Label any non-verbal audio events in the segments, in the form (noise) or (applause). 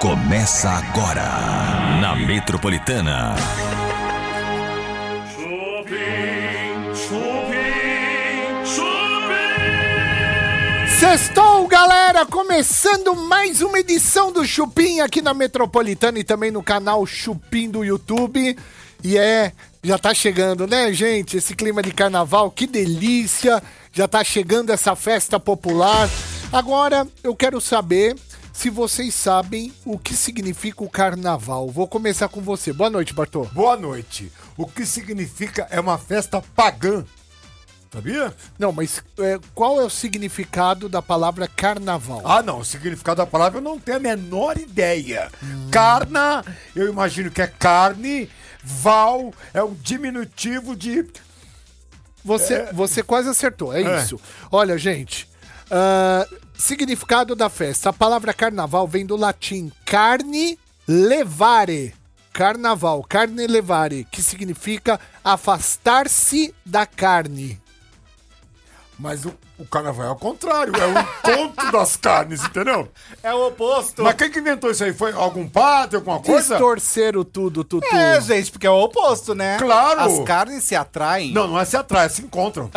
Começa agora na Metropolitana. Chupim, chupim, chupim. Sextou, galera! Começando mais uma edição do Chupim aqui na Metropolitana e também no canal Chupim do YouTube. E é, já tá chegando, né, gente? Esse clima de carnaval, que delícia! Já tá chegando essa festa popular. Agora eu quero saber se vocês sabem o que significa o carnaval. Vou começar com você. Boa noite, Bartô. Boa noite. O que significa é uma festa pagã. Sabia? Não, mas é, qual é o significado da palavra carnaval? Ah, não. O significado da palavra eu não tenho a menor ideia. Hum. Carna, eu imagino que é carne. Val é um diminutivo de. Você, você quase acertou, é, É. isso. Olha, gente, ah, significado da festa. A palavra carnaval vem do latim carne levare. Carnaval, carne levare, que significa afastar-se da carne. Mas o, o carnaval é o contrário. É o encontro (laughs) das carnes, entendeu? É o oposto. Mas quem que inventou isso aí? Foi algum padre, alguma coisa? Distorceram tudo, Tutu. É, gente, porque é o oposto, né? Claro. As carnes se atraem. Não, não é se atrai, é se (laughs) encontram.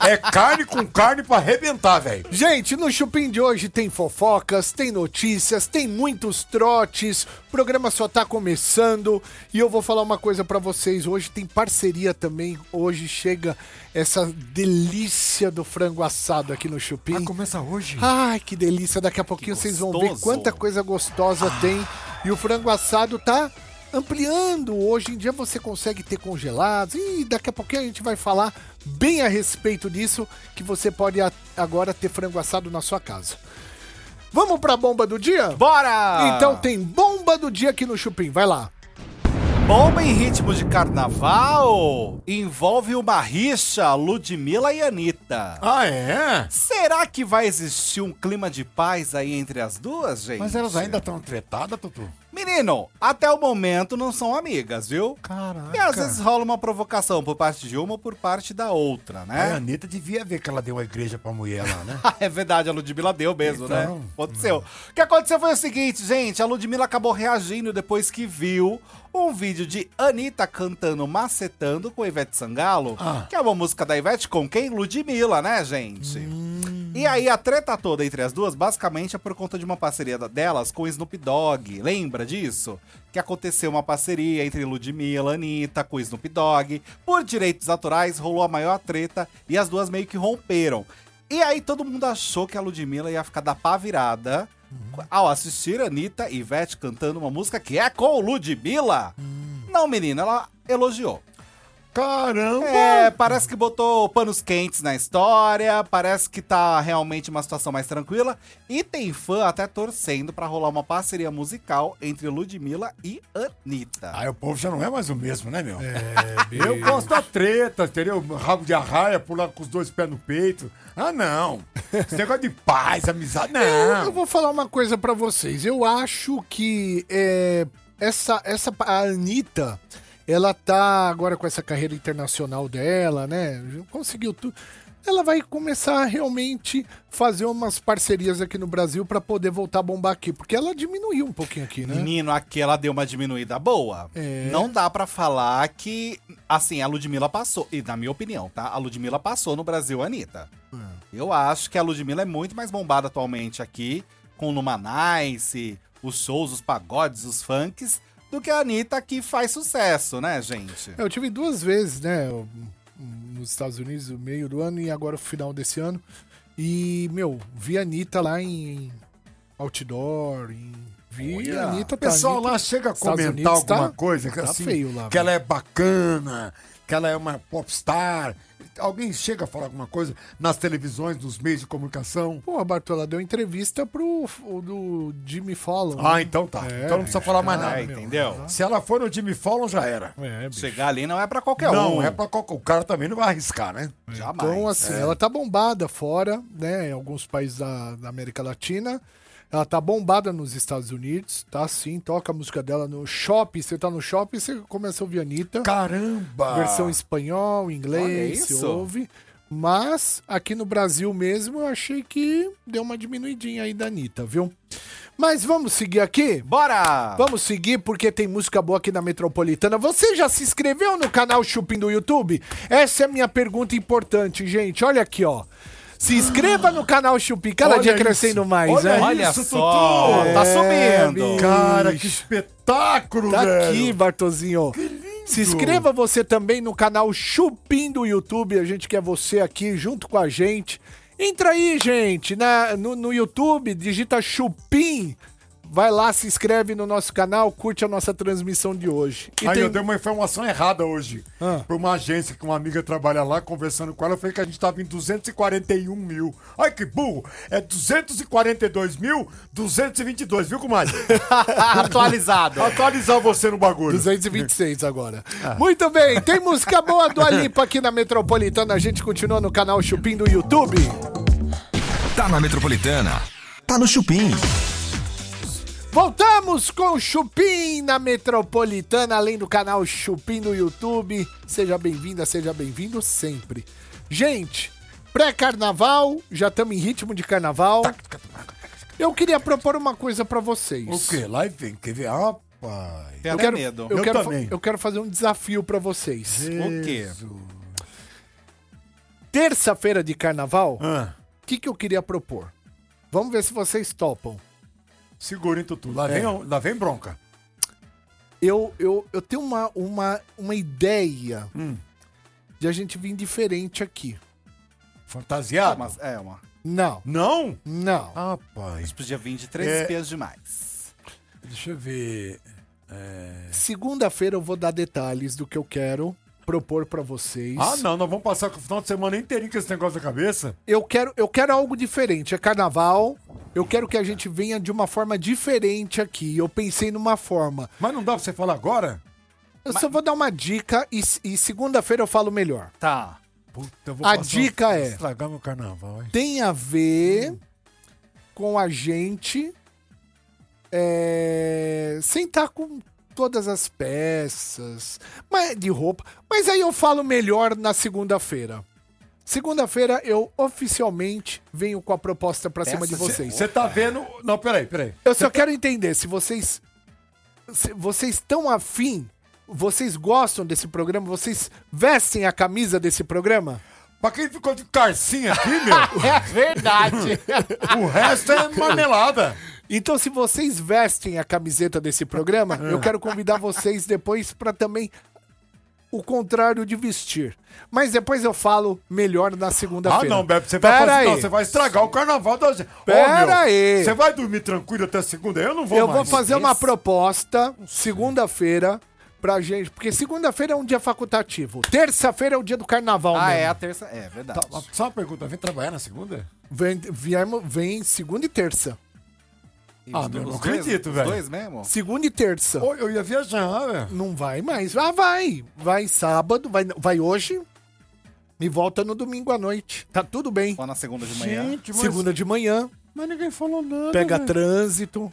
é carne com carne pra arrebentar, velho. Gente, no Chupim de hoje tem fofocas, tem notícias, tem muitos trotes. O programa só tá começando e eu vou falar uma coisa pra vocês. Hoje tem parceria também. Hoje chega essa delícia do frango assado aqui no Chupim. começa hoje. Ai, que delícia! Daqui a pouquinho vocês vão ver gostoso. Ah. quanta coisa gostosa tem. E o frango assado tá ampliando. Hoje em dia você consegue ter congelados. E daqui a pouquinho a gente vai falar bem a respeito disso, que você pode a- agora ter frango assado na sua casa. Vamos pra bomba do dia? Bora! Então tem bomba do dia aqui no Chupim, vai lá. Bomba em ritmo de carnaval envolve uma rixa, Ludmilla e Anitta. Ah, é? Será que vai existir um clima de paz aí entre as duas, gente? Mas elas ainda estão tretadas, Tutu? Menino, até o momento não são amigas, viu? Caraca. E às vezes rola uma provocação por parte de uma ou por parte da outra, A É? né? Anitta devia ver que ela deu a igreja pra mulher (laughs) lá, né? Ah, (laughs) É verdade, a Ludmilla deu mesmo, Então, né? Aconteceu. O que aconteceu foi o seguinte, gente. A Ludmilla acabou reagindo depois que viu um vídeo de Anitta cantando Macetando com Ivete Sangalo, Ah. que é uma música da Ivete com quem? Ludmilla, né, gente? Hum. E aí a treta toda entre as duas basicamente é por conta de uma parceria da- delas com o Snoop Dogg. Lembra disso? Que aconteceu uma parceria entre Ludmilla, Anitta, com o Snoop Dogg. Por direitos autorais rolou a maior treta e as duas meio que romperam. E aí todo mundo achou que a Ludmilla ia ficar da pá virada ao assistir Anitta e Ivete cantando uma música que é com Ludmilla. Não, menina, ela elogiou. Caramba! É, parece que botou panos quentes na história, parece que tá realmente uma situação mais tranquila. E tem fã até torcendo pra rolar uma parceria musical entre Ludmilla e Anitta. Aí o povo já não é mais o mesmo, né, meu? É, (laughs) Eu gosto da treta, entendeu? Rabo de arraia, pular com os dois pés no peito. Ah, não. Esse negócio de paz, amizade, Eu, eu não. vou falar uma coisa pra vocês. Eu acho que é, essa, essa a Anitta, ela tá agora com essa carreira internacional dela, né? Conseguiu tudo. Ela vai começar a realmente fazer umas parcerias aqui no Brasil pra poder voltar a bombar aqui, porque ela diminuiu um pouquinho aqui, né? Menino, aqui ela deu uma diminuída boa. É. Não dá pra falar que, assim, a Ludmilla passou. E na minha opinião, tá? A Ludmilla passou no Brasil a Anitta. É. Eu acho que a Ludmilla é muito mais bombada atualmente aqui, com o Numa Nice, os shows, os pagodes, os funks, do que a Anitta que faz sucesso, né, gente? É, Eu tive duas vezes, né? eu- Nos Estados Unidos, no meio do ano e agora o final desse ano. E, meu, vi a Anitta lá em outdoor, em... Vi a Anitta O pessoal Anitta- lá chega a Estados comentar Unidos alguma tá- coisa que tá assim, feio lá, que ela é bacana, que ela é uma popstar. Alguém chega a falar alguma coisa nas televisões, nos meios de comunicação. Pô, a Bartola deu entrevista pro o do Jimmy Fallon. Ah, então tá. É, então não precisa falar mais Ah, nada. entendeu? Se ela for no Jimmy Fallon, já era. É, bicho. Chegar ali não é pra qualquer um. não, é pra qualquer... O cara também não vai arriscar, né? Jamais. Então, assim, ela tá bombada fora, né? Em alguns países da, da América Latina. Ela tá bombada nos Estados Unidos, tá sim, toca a música dela no shopping. Você tá no shopping, você começa a ouvir a Anitta. Caramba! Versão espanhol, inglês, Olha se isso. ouve. Mas aqui no Brasil mesmo, eu achei que deu uma diminuidinha aí da Anitta, viu? Mas vamos seguir aqui? Bora! Vamos seguir porque tem música boa aqui na Metropolitana. Você já se inscreveu no canal Chupim do YouTube? Essa é a minha pergunta importante, gente. Olha aqui, ó. Se inscreva no canal Chupim, cada Olha dia isso. crescendo mais, Olha né? Olha isso, só, Tutu! tá É, subindo. bicho. Cara, que espetáculo, Tá velho. aqui, Bartozinho. Se inscreva você também no canal Chupim do YouTube. A gente quer você aqui junto com a gente. Entra aí, gente, na, no, no YouTube, digita Chupim. Vai lá, se inscreve no nosso canal, curte a nossa transmissão de hoje. E Aí tem- eu dei um uma informação errada hoje. Ah. Pra uma agência que uma amiga trabalha lá, conversando com ela, eu falei que a gente tava em 241 mil. Ai, que burro! É 242 mil, 222, viu, comadre? (laughs) Atualizado. Atualizar você no bagulho. 226 agora. Ah. Muito bem, tem música boa do Alipa aqui na Metropolitana. A gente continua no canal Chupim do YouTube. Tá na Metropolitana. Tá no Chupim. Voltamos com o Chupim na Metropolitana, além do canal Chupim no YouTube. Seja bem-vinda, seja bem-vindo sempre. Gente, pré-carnaval, já estamos em ritmo de carnaval. Eu queria propor uma coisa pra vocês. O quê? Lá vem, quer ver? Ah, Rapaz. Tem Eu até quero, medo. Eu, Eu quero, também. Uhum. eu quero fazer um desafio pra vocês. O quê? Terça-feira de carnaval, Ah, o que, que eu queria propor? Vamos ver se vocês topam. segura, hein, Tutu. Lá, vem, lá vem bronca. Eu, eu, eu tenho uma, uma, uma ideia de a gente vir diferente aqui. Fantasiado? Mas, é, uma. tipo, Não, Não? não. Rapaz, Podia vir de três É. espias demais. deixa eu ver. Segunda-feira eu vou dar detalhes do que eu quero propor pra vocês. Ah, não, nós vamos passar o final de semana inteirinho com esse negócio na cabeça. Eu quero, eu quero algo diferente. É carnaval. Eu quero que a gente venha de uma forma diferente aqui. Eu pensei numa forma. Mas não dá pra você falar agora? Eu só vou dar uma dica e, e segunda-feira eu falo melhor. Tá. Puta, eu vou A passar- dica é- Estragar meu carnaval, hein? tem a ver com a gente é, sentar com todas as peças mas- é de roupa. Mas aí eu falo melhor na segunda-feira. Segunda-feira eu oficialmente venho com a proposta pra cima Peças de de vocês. Você tá vendo. Não, peraí, peraí. Eu só quero entender se vocês. Se vocês estão afim, vocês gostam desse programa, vocês vestem a camisa desse programa? Pra quem ficou de carcinha (laughs) aqui, meu, É verdade! o resto é marmelada. Então, se vocês vestem a camiseta desse (laughs) programa, É. eu quero convidar vocês depois pra também o contrário de vestir. Mas depois eu falo melhor na Ah, segunda-feira. não, Bebe, você vai Pera fazer. aí. Não, você vai estragar o carnaval da gente. Ô, Pera meu, aí. Você vai dormir tranquilo até segunda? Eu não vou eu mais. vou fazer uma Esse- proposta segunda-feira pra gente, porque segunda-feira é um dia facultativo. Terça-feira é o dia do carnaval, Ah, mesmo. é a terça. É, verdade. Tá, mas Só uma pergunta, vem trabalhar na segunda? Vem, viemos- vem segunda e terça. E Ah, os não, dois- não os dois- acredito, os velho. dois mesmo? Segunda e terça. Ô, eu ia viajar, velho. Não vai mais. Ah, vai. Vai sábado, vai, vai hoje e volta no domingo à noite. Tá tudo bem. Ou na segunda de manhã? mas, Segunda de manhã, mas ninguém falou nada. pega velho. trânsito.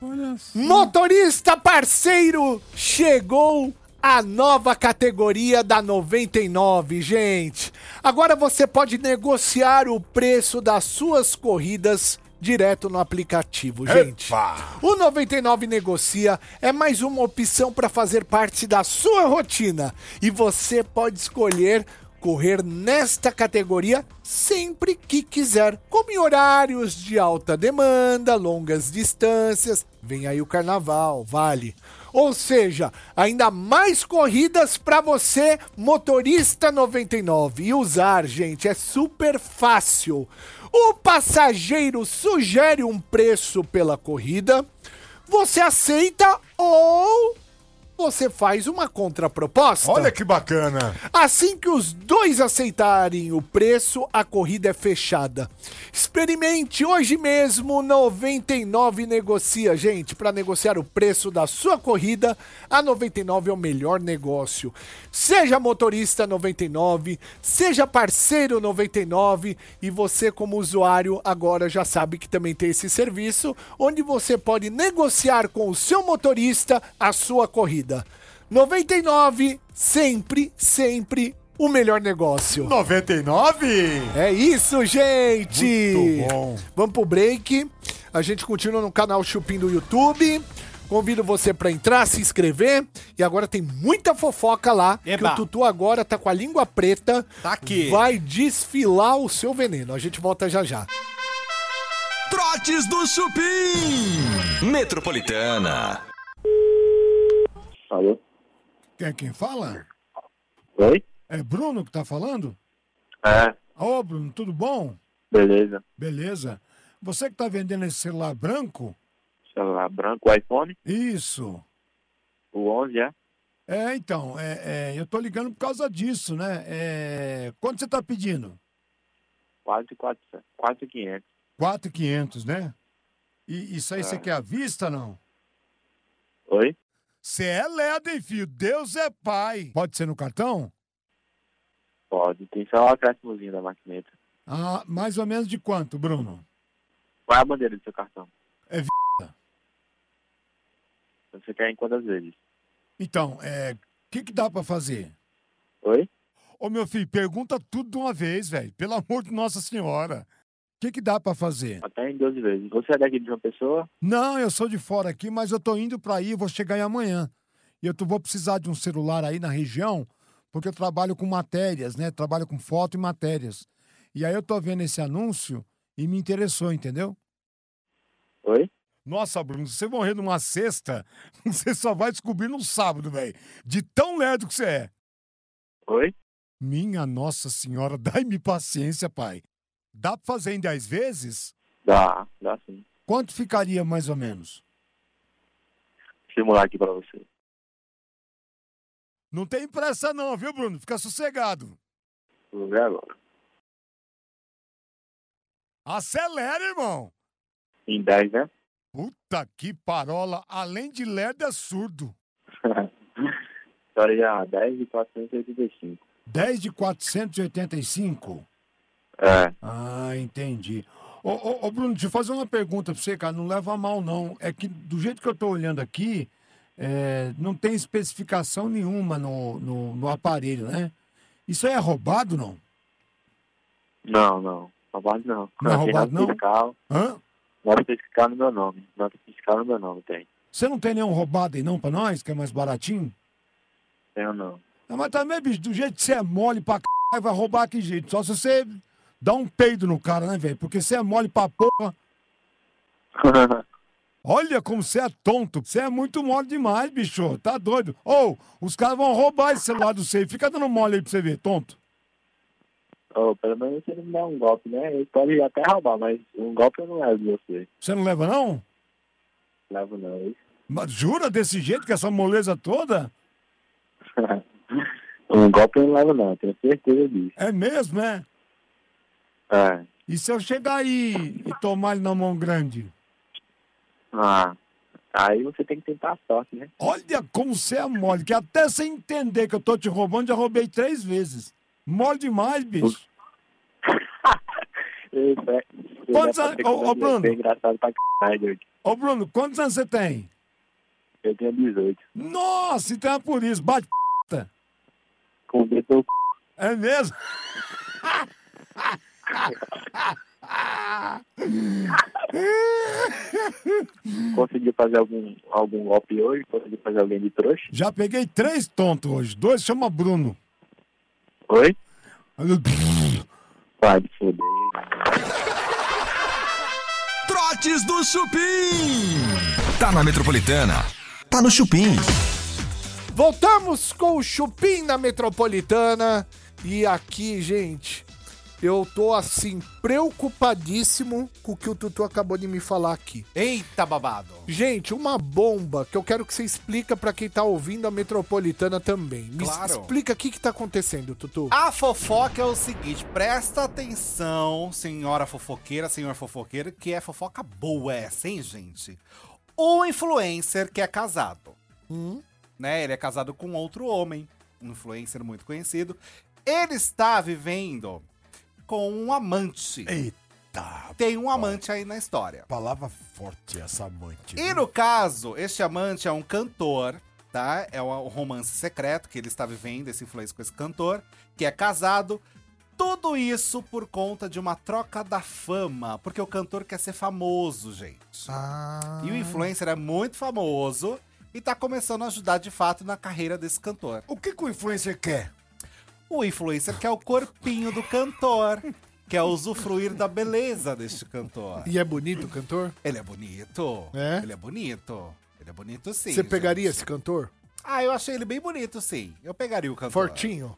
Olha só. Motorista parceiro, chegou a nova categoria da 99, gente. Agora você pode negociar o preço das suas corridas direto no aplicativo, gente. O 99 Negocia é mais uma opção para fazer parte da sua rotina e você pode escolher correr nesta categoria sempre que quiser, como em horários de alta demanda, longas distâncias, vem aí o carnaval, vale. Ou seja, ainda mais corridas para você, motorista 99. E usar, gente, é super fácil. O passageiro sugere um preço pela corrida, você aceita ou você faz uma contraproposta. Olha que bacana. Assim que os dois aceitarem o preço, a corrida é fechada. Experimente hoje mesmo 99 negocia, gente, para negociar o preço da sua corrida. A 99 é o melhor negócio. Seja motorista 99, seja parceiro 99 e você como usuário agora já sabe que também tem esse serviço onde você pode negociar com o seu motorista a sua corrida. 99, sempre, sempre o melhor negócio. 99? É isso, gente! Muito bom. Vamos pro break. A gente continua no canal Chupim do YouTube. Convido você pra entrar, se inscrever. E agora tem muita fofoca lá. Eba. Que o Tutu agora tá com a língua preta. Tá aqui. Vai desfilar o seu veneno. A gente volta já já. Trotes do Chupim. Metropolitana. Alô? Quem é quem fala? Oi? É Bruno que tá falando? É, Ô, Bruno, tudo bom? beleza. Beleza. Você que tá vendendo esse celular branco? Celular branco, iPhone, Isso. o 11, é? É, então, é, é, eu tô ligando por causa disso, né? É, quanto você tá pedindo? Quase 400, quase 500. 4,500, né? É. E isso aí você quer à vista, não? Oi? Você é leda, hein, filho? Deus é pai. Pode ser no cartão? Pode, tem só o acréscimozinho da maquineta. Ah, mais ou menos de quanto, Bruno? Qual é a bandeira do seu cartão? É v***. Você quer em quantas vezes? Então, é, o que, que dá pra fazer? Oi? Ô, meu filho, pergunta tudo de uma vez, velho. Pelo amor de Nossa Senhora. O que, que dá pra fazer? Até em 12 vezes. Você é daqui de uma pessoa? Não, eu sou de fora aqui, mas eu tô indo pra aí, vou chegar aí amanhã. E eu tô- vou precisar de um celular aí na região, porque eu trabalho com matérias, né? Trabalho com foto e matérias. E aí eu tô vendo esse anúncio e me interessou, entendeu? Oi? Nossa, Bruno, se você morrer numa sexta, (laughs) você só vai descobrir no sábado, velho. De tão lerdo que você é. Oi? Minha Nossa Senhora, (laughs) dai-me paciência, pai. Dá pra fazer em 10 vezes? Dá, dá sim. Quanto ficaria mais ou menos? Deixa eu simular aqui pra você. Não tem pressa não, viu, Bruno? Fica sossegado. Vou ver agora. Acelera, irmão. Em 10, né? (laughs) Puta que parola. Além de lerdo, é surdo. História 10 ah, e 485. 10 de 485. É, Ah, entendi. Ô, ô, ô, Bruno, deixa eu fazer uma pergunta pra você, cara. Não leva a mal, não. É que do jeito que eu tô olhando aqui, é, não tem especificação nenhuma no, no, no aparelho, né? Isso aí é roubado, não? não, não. Roubado não. Não é tem roubado, nota não? fiscal, Hã? Nota fiscal no meu nome. Nota fiscal no meu nome tem. Você não tem nenhum roubado aí não pra nós, que é mais baratinho? Tenho não. Não, mas também, bicho, do jeito que você é mole pra caralho, vai roubar que jeito. Só se você dá um peido no cara, né, velho? Porque você é mole pra porra. Olha como você é tonto. Você é muito mole demais, bicho. Tá doido. Ou, os caras vão roubar esse celular do seu. Fica dando mole aí pra você ver, tonto. (laughs) Ô, pelo menos você não me dá um golpe, né? Ele pode até roubar, mas um golpe eu não levo de você. Você não leva, não? Levo não. Mas jura desse jeito, com essa moleza toda? (laughs) um golpe eu não levo não, tenho certeza disso. É mesmo, é? É. E se eu chegar aí e tomar ele na mão grande? Ah. Aí você tem que tentar a sorte, né? Olha como você é mole, que até sem entender que eu tô te roubando, já roubei três vezes. Mole demais, bicho. Eita, você Quantos dá pra anos- ter ô, que ô, Bruno? ser engraçado pra caralho, Dude. Ô, Bruno, quantos anos você tem? Eu tenho 18. Nossa, então é por isso. Bate p***. Com o dedo É mesmo? conseguiu fazer algum, algum golpe hoje, conseguiu fazer alguém de trouxa. Já peguei três tontos hoje. Dois chama Bruno. Oi? Vai, se fuder. Trotes do Chupim. Tá na Metropolitana. Tá no Chupim. Voltamos com o Chupim na Metropolitana. E aqui, gente, eu tô assim, preocupadíssimo com o que o Tutu acabou de me falar aqui. Eita babado. Gente, uma bomba que eu quero que você explica pra quem tá ouvindo a Metropolitana também. Me Claro. explica o que que tá acontecendo, Tutu. A fofoca é o seguinte, presta atenção, senhora fofoqueira, senhor fofoqueiro, que é fofoca boa essa, hein, gente? Um influencer que é casado, Hum? né? Ele é casado com outro homem, um influencer muito conhecido. Ele está vivendo com um amante. Eita, Tem um amante aí na história. palavra forte essa amante. E no caso, este amante é um cantor, tá? É um romance secreto que ele está vivendo, esse influência com esse cantor, que é casado. Tudo isso por conta de uma troca da fama, porque o cantor quer ser famoso, gente. Ah, E o influencer é muito famoso e tá começando a ajudar de fato na carreira desse cantor. O que, que o influencer quer? O influencer quer o corpinho do cantor, quer usufruir da beleza deste cantor. e é bonito o cantor? Ele é bonito. É? Ele é bonito. Ele é bonito sim. Você pegaria gente. esse cantor? Ah, eu achei ele bem bonito, sim. Eu pegaria o cantor. Fortinho.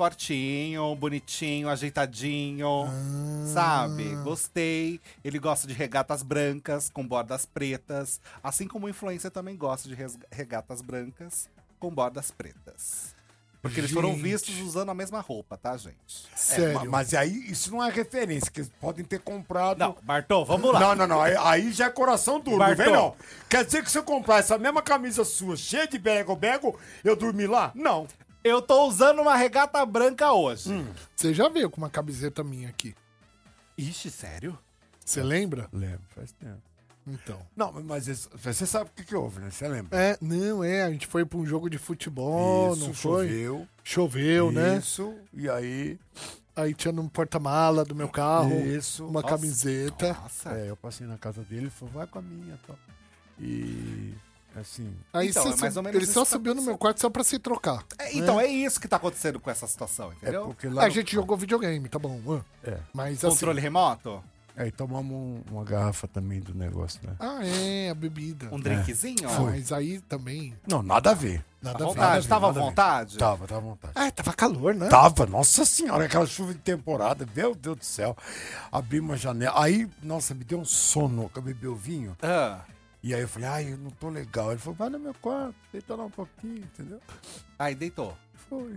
Fortinho, bonitinho, ajeitadinho. Ah. Sabe? Gostei. Ele gosta de regatas brancas com bordas pretas. Assim como o influencer também gosta de res- regatas brancas com bordas pretas. Porque eles foram Gente. vistos usando a mesma roupa, tá, gente? É, ma- Sério. mas aí isso não é referência, que eles podem ter comprado. Não, Bartô, vamos lá. Não, não, não. Aí, aí já é coração duro, não Bartô. vem não. Quer dizer que se eu comprar essa mesma camisa sua, cheia de bego-bego, eu dormi lá? Não. Eu tô usando uma regata branca hoje. Hum, Você já veio com uma camiseta minha aqui. Ixi, sério? Você lembra? Lembro, faz tempo. Então. Não, mas isso- você sabe o que, que houve, né? Você lembra? É, não, é. A gente foi pra um jogo de futebol, não foi? choveu. Choveu, né? Isso, e aí... Aí tinha no porta-mala do meu carro Isso. uma camiseta. Nossa. É, eu passei na casa dele, ele falou, vai com a minha, tal. E... Assim... Aí Então, você é mais sub- ou menos ele isso só que tá subiu no meu quarto só pra se trocar. É, então, né? é isso que tá acontecendo com essa situação, É entendeu? porque lá... a gente jogou videogame, tá bom. ah. É. Mas assim. Controle remoto? Aí tomamos um- uma garrafa também do negócio, né? Ah, é, a bebida. Um drinkzinho? Ah, mas aí também. Não, nada a ver. À Nada a ver. vontade, Tá. nada tava à a ver. vontade? Tava, tava à vontade. Ah, tava calor, É. né? Tava, nossa senhora, aquela chuva de temporada, meu Deus do céu. Abri uma janela, aí, nossa, me deu um sono, que eu bebi o vinho. Ah, E aí eu falei, ai, eu não tô legal. Ele falou, vai no meu quarto, deita lá um pouquinho, entendeu? aí deitou. Foi.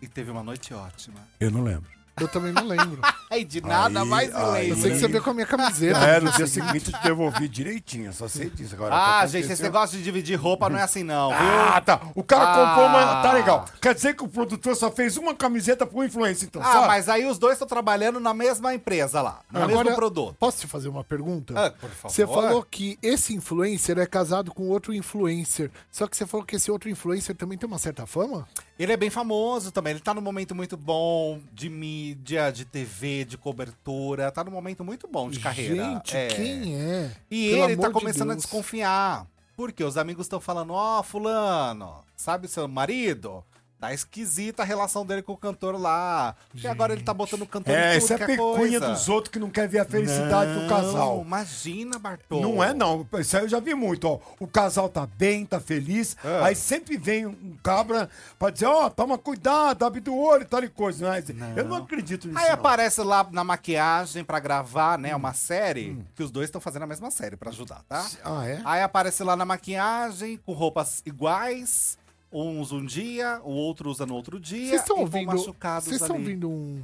E teve uma noite ótima. Eu não lembro. Eu também não (laughs) lembro. Aí de nada Aí, mais aí. lembro. Eu sei que você veio com a minha camiseta. É, no dia seguinte eu te devolvi direitinho, só sei disso agora. Ah, Tá gente, esse acontecendo- negócio de dividir roupa não é assim não, viu? Ah, tá. O cara Ah. comprou uma. Tá legal. Quer dizer que o produtor só fez uma camiseta pro influencer, então. Ah, sabe? mas aí os dois estão trabalhando na mesma empresa lá, no mesmo produto. Posso te fazer uma pergunta? Ah, por favor. Você falou que esse influencer é casado com outro influencer. Só que você falou que esse outro influencer também tem uma certa fama? Ele é bem famoso também, ele tá num momento muito bom de mídia, de TV, de cobertura, tá num momento muito bom de carreira. Gente, É. quem é? E Pelo ele amor tá de começando a Deus. desconfiar. Porque os amigos estão falando, ó, fulano, sabe seu marido? Tá esquisita a relação dele com o cantor lá. E agora ele tá botando o cantor É, em isso tudo é que é pecunha coisa. dos outros que não quer ver a felicidade do casal. imagina, Bartô. Não é, não. Isso aí eu já vi muito, ó. O casal tá bem, tá feliz. É. Aí sempre vem um cabra pra dizer, ó, toma cuidado, abre do olho e tal e coisa. né? Mas Eu não acredito nisso. Aí é não. Hum. aparece lá na maquiagem pra gravar, né, uma série, que os dois estão fazendo a mesma série pra ajudar, tá? Ah, é? Aí aparece lá na maquiagem, com roupas iguais, uns um dia, o outro usa no outro dia, Vocês estão e vão ouvindo. machucados Vocês estão ali. ouvindo um.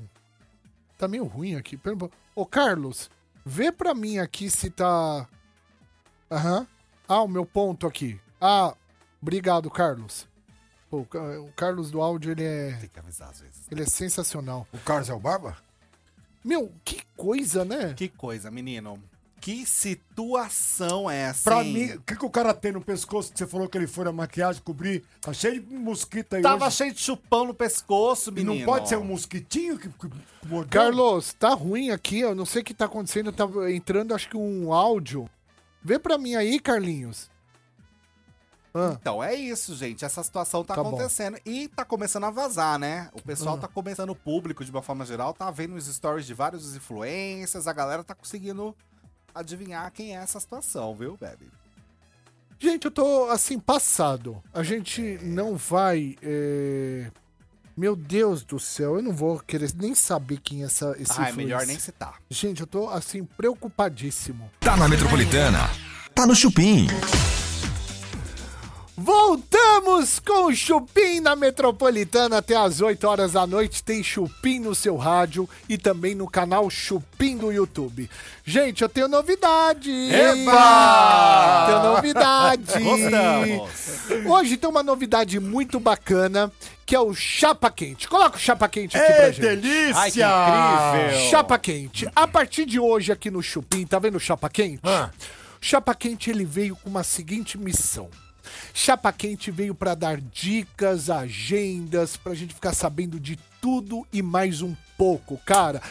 Tá meio ruim aqui. Pera um pouco. Ô, Carlos, vê pra mim aqui se tá. Aham. Ah, o meu ponto aqui. Ah, obrigado, Carlos. Pô, o Ca- o Carlos do áudio, ele é. Tem que avisar às vezes. né? Ele é sensacional. O Carlos é o Barba? Meu, que coisa, né? Que coisa, menino. Que situação é essa? Pra hein? mim, o que, que o cara tem no pescoço que você falou que ele foi na maquiagem cobrir? Tá cheio de mosquito aí Tava hoje. cheio de chupão no pescoço, E menino. não pode ser um mosquitinho que, que que mordeu? Carlos, tá ruim aqui. Eu não sei o que tá acontecendo. Tá entrando, acho que um áudio. Vê pra mim aí, Carlinhos. Ah, Então é isso, gente. Essa situação tá, Tá bom. acontecendo. E tá começando a vazar, né? O Ah. pessoal tá começando, o público, de uma forma geral, tá vendo os stories de vários influencers. A galera tá conseguindo adivinhar quem é essa situação, viu, Bebe? Gente, eu tô assim, passado. A gente não vai. é, Meu Deus do céu, eu não vou querer nem saber quem é essa, esse Ah, é melhor influencer. nem citar. Gente, eu tô assim, preocupadíssimo. Tá na Metropolitana. Tá no Chupim. Voltamos com o Chupim na Metropolitana até às 8 horas da noite. Tem Chupim no seu rádio e também no canal Chupim do YouTube. Gente, eu tenho novidade! Eba! Tenho novidade! Gostamos. Hoje tem uma novidade muito bacana, que é o Chapa Quente. Coloca o Chapa Quente aqui pra É gente. delícia! Ai, que incrível! Chapa Quente. A partir de hoje aqui no Chupim, tá vendo o Chapa Quente? O Chapa Quente ele veio com uma seguinte missão. Chapa Quente veio pra dar dicas, agendas, pra gente ficar sabendo de tudo e mais um pouco, cara.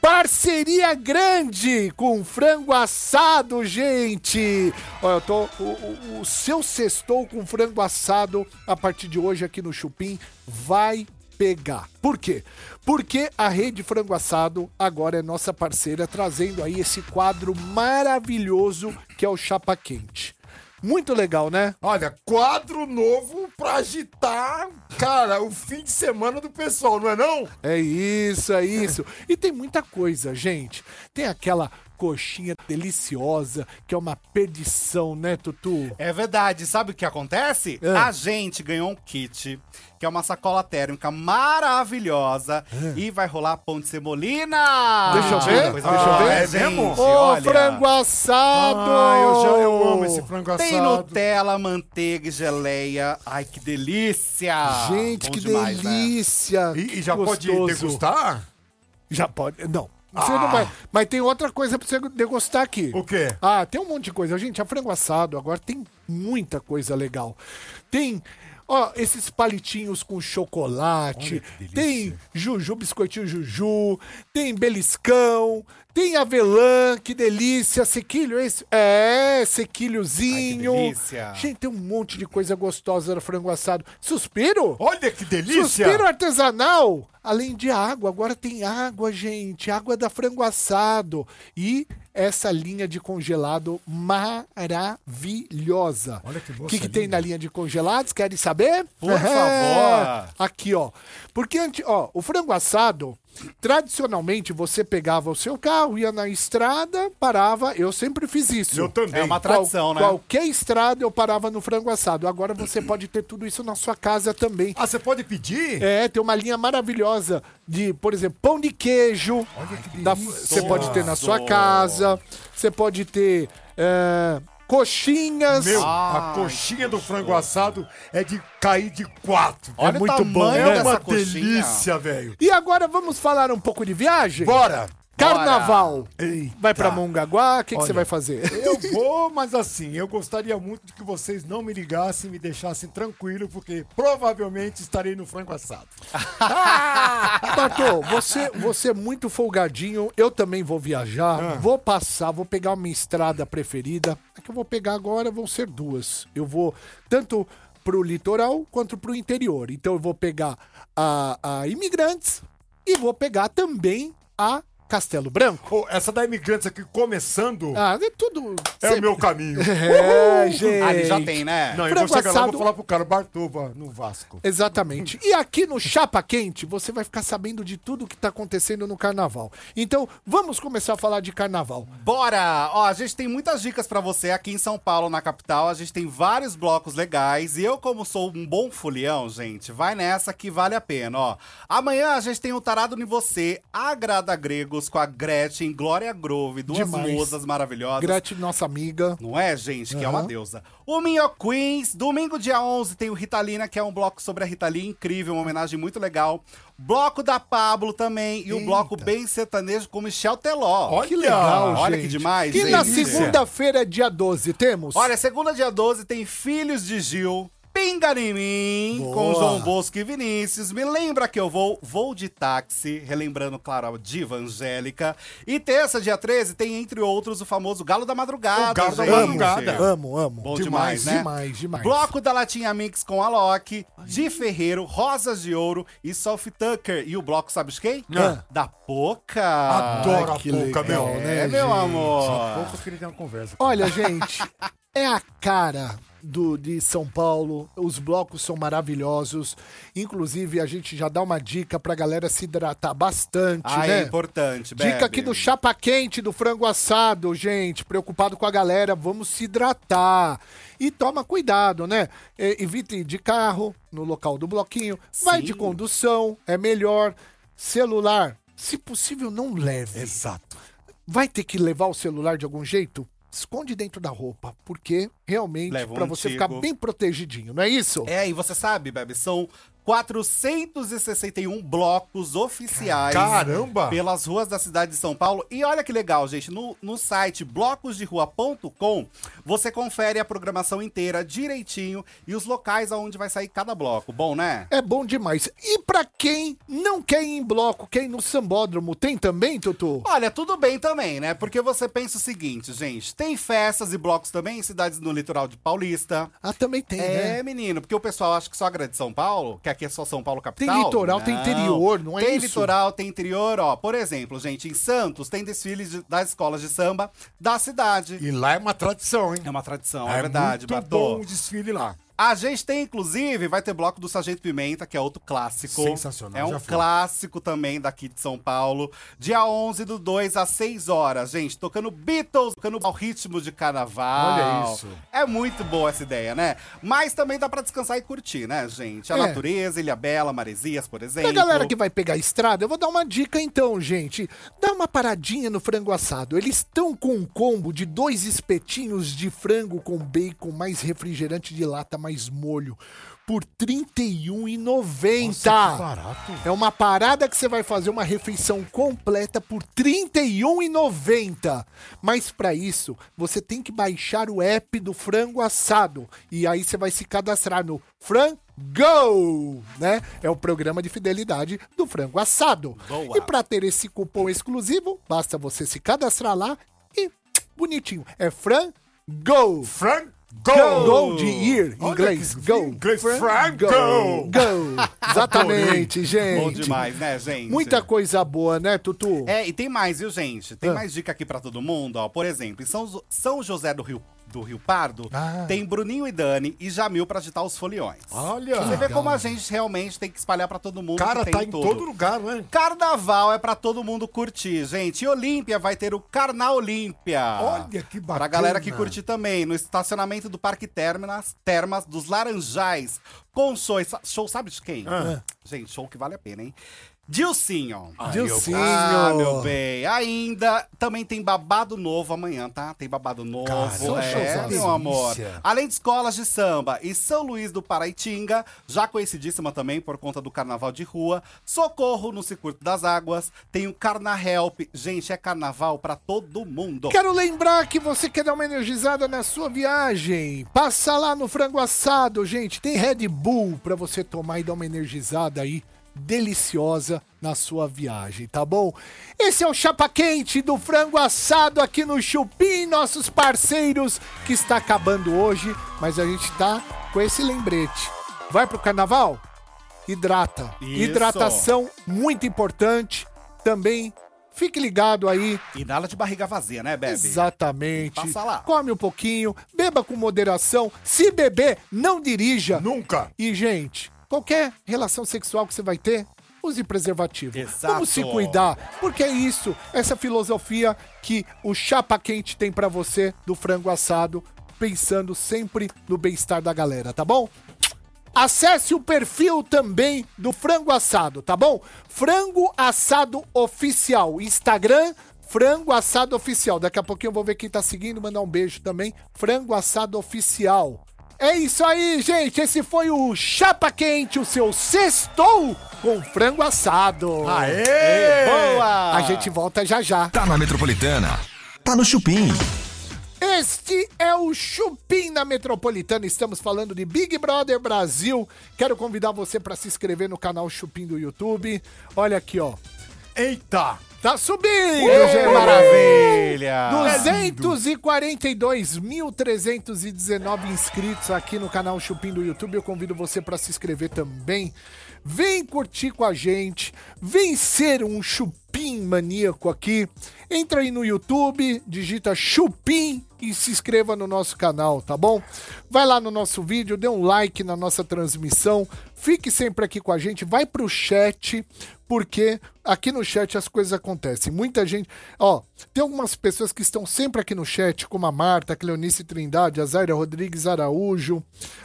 Parceria grande com frango assado, gente! Olha, eu tô. O, o- o seu sextou com frango assado a partir de hoje aqui no Chupim vai pegar. Por quê? Porque a Rede Frango Assado agora é nossa parceira, trazendo aí esse quadro maravilhoso que é o Chapa Quente. Muito legal, né? Olha, quadro novo pra agitar, cara, o fim de semana do pessoal, não é não? É isso, é isso. E tem muita coisa, gente. Tem aquela coxinha deliciosa, que é uma perdição, né, Tutu? É verdade. Sabe o que acontece? É. A gente ganhou um kit, que é uma sacola térmica maravilhosa. E vai rolar pão de semolina! É. Deixa eu ver, Coisa deixa eu boa, ver. É mesmo? Ô, frango assado! Ah, eu já eu amo esse frango assado. Tem Nutella, manteiga e geleia. Ai, que delícia! Gente, Ah, Bom que demais, né? delícia! E, e já Gostoso. pode degustar? Já pode. Não. Você Ah. não vai. Mas tem outra coisa pra você degustar aqui. O quê? Ah, tem um monte de coisa. Gente, a frango assado agora tem muita coisa legal. Tem. Ó, esses palitinhos com chocolate, tem juju, biscoitinho juju, tem beliscão, tem avelã, que delícia, sequilho esse? É, sequilhozinho. Ai, que delícia. Gente, tem um monte de coisa gostosa no frango assado. Suspiro? Olha que delícia! Suspiro artesanal, além de água, agora tem água, gente, água da frango assado e essa linha de congelado maravilhosa. Olha que boa. O que, que tem na linha de congelados? Querem saber? Por (laughs) favor. Aqui, ó. Porque antes, ó, o frango assado, tradicionalmente você pegava o seu carro, ia na estrada, parava, eu sempre fiz isso. Eu também. É uma tradição, Qual- né? Qualquer estrada eu parava no frango assado. Agora você pode ter tudo isso na sua casa também. Ah, você pode pedir? É, tem uma linha maravilhosa de, por exemplo, pão de queijo. da- Você pode ter na sua casa. Você pode ter é, coxinhas. Meu, a coxinha do frango assado é de cair de quatro. Olha é o muito tamanho bom. É dessa uma coxinha. delícia, velho. E agora vamos falar um pouco de viagem? Bora! Carnaval. Eita. Vai pra Mongaguá, o que que você Olha, vai fazer? (laughs) Eu vou, mas assim, eu gostaria muito de que vocês não me ligassem e me deixassem tranquilo, porque provavelmente estarei no frango assado. Tato, você, você é muito folgadinho. Eu também vou Ah. viajar. Vou passar, vou pegar uma estrada preferida. A que eu vou pegar agora vão ser duas. Eu vou tanto pro litoral quanto pro interior. Então eu vou pegar a, a Imigrantes e vou pegar também a Castelo Branco. Pô, essa da Imigrantes aqui começando Ah, é tudo. é o meu Ah, (laughs) caminho. É, gente. Ali já tem, né? Não, eu Frango vou chegar lá e assado- vou falar pro cara Bartuba no Vasco. Exatamente. E aqui no Chapa Quente, você vai ficar sabendo de tudo que tá acontecendo no carnaval. Então, vamos começar a falar de carnaval. Bora! Ó, a gente tem muitas dicas pra você aqui em São Paulo, na capital. A gente tem vários blocos legais. E eu, como sou um bom folião, gente, vai nessa que vale a pena, ó. Amanhã a gente tem o Tarado em Você, Agrada Gregos, com a Gretchen, Glória Grove, duas Demais. musas maravilhosas. Gretchen, nossa amiga. Não é, gente? Que é uma Aham. deusa. O Minho Queens, domingo dia 11, tem o Ritalina, que é um bloco sobre a Ritalina incrível, uma homenagem muito legal. Bloco da Pablo também, e o bloco bem sertanejo com Michel Teló. Olha, que legal, Olha que gente. demais, E na gente. segunda-feira, é dia 12, temos? Olha, segunda dia 12 tem Filhos de Gil. Pinga em mim, com João Bosco e Vinícius. Me lembra que eu vou, vou de táxi, relembrando, claro, a diva Angélica. E terça, dia 13, tem, entre outros, o famoso Galo da Madrugada. O Galo da gente. Madrugada. amo, amo. Bom demais, né? Demais, demais. Bloco da Latinha Mix com Alok, Di Ferreiro, Rosas de Ouro e Sophie Tucker. E o bloco, sabe de quem? Ah. Da Poca. Adoro a que boca, legal, meu. É, né, meu amor. Pouco eu queria É, ter uma conversa. (laughs) Olha, gente, é a cara do, de São Paulo. Os blocos são maravilhosos. Inclusive, a gente já dá uma dica pra galera se hidratar bastante, Ah, né? é importante, Dica bebe. aqui do chapa quente do frango assado, gente. Preocupado com a galera, vamos se hidratar. E toma cuidado, né? É, evite ir de carro no local do bloquinho. Vai Sim. de condução, é melhor. Celular, se possível, não leve. Exato. Vai ter que levar o celular de algum jeito? Esconde dentro da roupa, porque realmente Leva um pra você antigo. ficar bem protegidinho, não é isso? É, e você sabe, Bebe, são 461 blocos oficiais Caramba! pelas ruas da cidade de São Paulo. E olha que legal, gente, no, no site blocosderua.com você confere a programação inteira direitinho e os locais aonde vai sair cada bloco. Bom, né? É bom demais. E pra quem não quer ir em bloco, quer ir no sambódromo, tem também, Tutu? Olha, tudo bem também, né? Porque você pensa o seguinte, gente, tem festas e blocos também em cidades no litoral de Paulista. Ah, também tem, É, né? menino, porque o pessoal acha que só a grande São Paulo, que aqui é só São Paulo capital. Tem litoral, tem interior, não é tem isso? Tem litoral, tem interior, ó. Por exemplo, gente, em Santos tem desfiles de- das escolas de samba da cidade. E lá é uma tradição, hein? É uma tradição, Ah, é, verdade, muito Bartô. bom o desfile lá. A gente tem, inclusive, vai ter bloco do Sargento Pimenta, que é outro clássico. Sensacional, É já um fui. clássico também daqui de São Paulo. Dia 11 do 2 às 6 horas, gente. Tocando Beatles, tocando ao ritmo de carnaval. Olha isso. É muito boa essa ideia, né? Mas também dá pra descansar e curtir, né, gente? A É. natureza, Ilha Bela, Maresias, por exemplo. Pra galera que vai pegar a estrada, eu vou dar uma dica então, gente. Dá uma paradinha no frango assado. Eles estão com um combo de dois espetinhos de frango com bacon, mais refrigerante de lata, mais molho, por um R$ 31,90. que barato. É uma parada que você vai fazer uma refeição completa por R$ 31,90. Mas para isso, você tem que baixar o app do Frango Assado. E aí você vai se cadastrar no Frango, né? É o programa de fidelidade do Frango Assado. Boa. E para ter esse cupom exclusivo, basta você se cadastrar lá e bonitinho. É Frango. Frank Go, go de ir, em Olha inglês, que- go. inglês, Frank go. Go. Go. (laughs) Exatamente, gente. Bom demais, né, gente? Muita coisa boa, né, Tutu? É, e tem mais, viu, gente? Tem Ah. mais dica aqui pra todo mundo, ó. Por exemplo, em São, São José do Rio, do Rio Pardo, Ah. tem Bruninho e Dani e Jamil pra agitar os foliões. Olha. Você vê Legal. como a gente realmente tem que espalhar pra todo mundo. Cara, que tem tá em tudo. todo lugar, né? Carnaval é pra todo mundo curtir, gente. E Olímpia vai ter o Carnal Olímpia. Olha que bacana. Pra galera que curte também, no estacionamento do Parque Termas, Termas dos Laranjais. Com show, show sabe de quem? Ah. Gente, show que vale a pena, hein? Dilcinho. Dilcinho. Ah, meu bem. Ainda também tem babado novo amanhã, tá? Tem babado novo. Cara, é, shows, meu uma amor. delícia. Além de escolas de samba e São Luís do Paraitinga, já conhecidíssima também por conta do carnaval de rua, Socorro no Circuito das Águas, tem o Carna Help. Gente, é carnaval pra todo mundo. Quero lembrar que você quer dar uma energizada na sua viagem. Passa lá no frango assado, gente. Tem Red Bull pra você tomar e dar uma energizada aí deliciosa na sua viagem, tá bom? Esse é o chapa quente do frango assado aqui no Chupim, nossos parceiros, que está acabando hoje, mas a gente tá com esse lembrete. Vai pro carnaval? Hidrata. Isso. Hidratação muito importante também. Fique ligado aí E nada de barriga vazia, né, Bebe? Exatamente. Passa lá. Come um pouquinho, beba com moderação. Se beber, não dirija. Nunca. E, gente, qualquer relação sexual que você vai ter, use preservativo. Exato. Vamos se cuidar, porque é isso, essa filosofia que o Chapa Quente tem pra você do frango assado, pensando sempre no bem-estar da galera, tá bom? Acesse o perfil também do Frango Assado, tá bom? Frango Assado Oficial, Instagram, Frango Assado Oficial. Daqui a pouquinho eu vou ver quem tá seguindo, mandar um beijo também. Frango Assado Oficial. É isso aí, gente. Esse foi o Chapa Quente, o seu sextou com frango assado. Aê! A gente volta já já. Tá na Metropolitana. Tá no Chupim. Este é o Chupim na Metropolitana. Estamos falando de Big Brother Brasil. Quero convidar você para se inscrever no canal Chupim do YouTube. Olha aqui, ó. Eita! Tá subindo, é Que gente. maravilha! 242.319 inscritos aqui no canal Chupim do YouTube. Eu convido você para se inscrever também. Vem curtir com a gente, vem ser um chupim maníaco aqui. Entra aí no YouTube, digita chupim e se inscreva no nosso canal, tá bom? Vai lá no nosso vídeo, dê um like na nossa transmissão, fique sempre aqui com a gente, vai pro chat, porque aqui no chat as coisas acontecem. Muita gente. Ó, tem algumas pessoas que estão sempre aqui no chat, como a Marta, a Cleonice Trindade, a Zaira Rodrigues Araújo,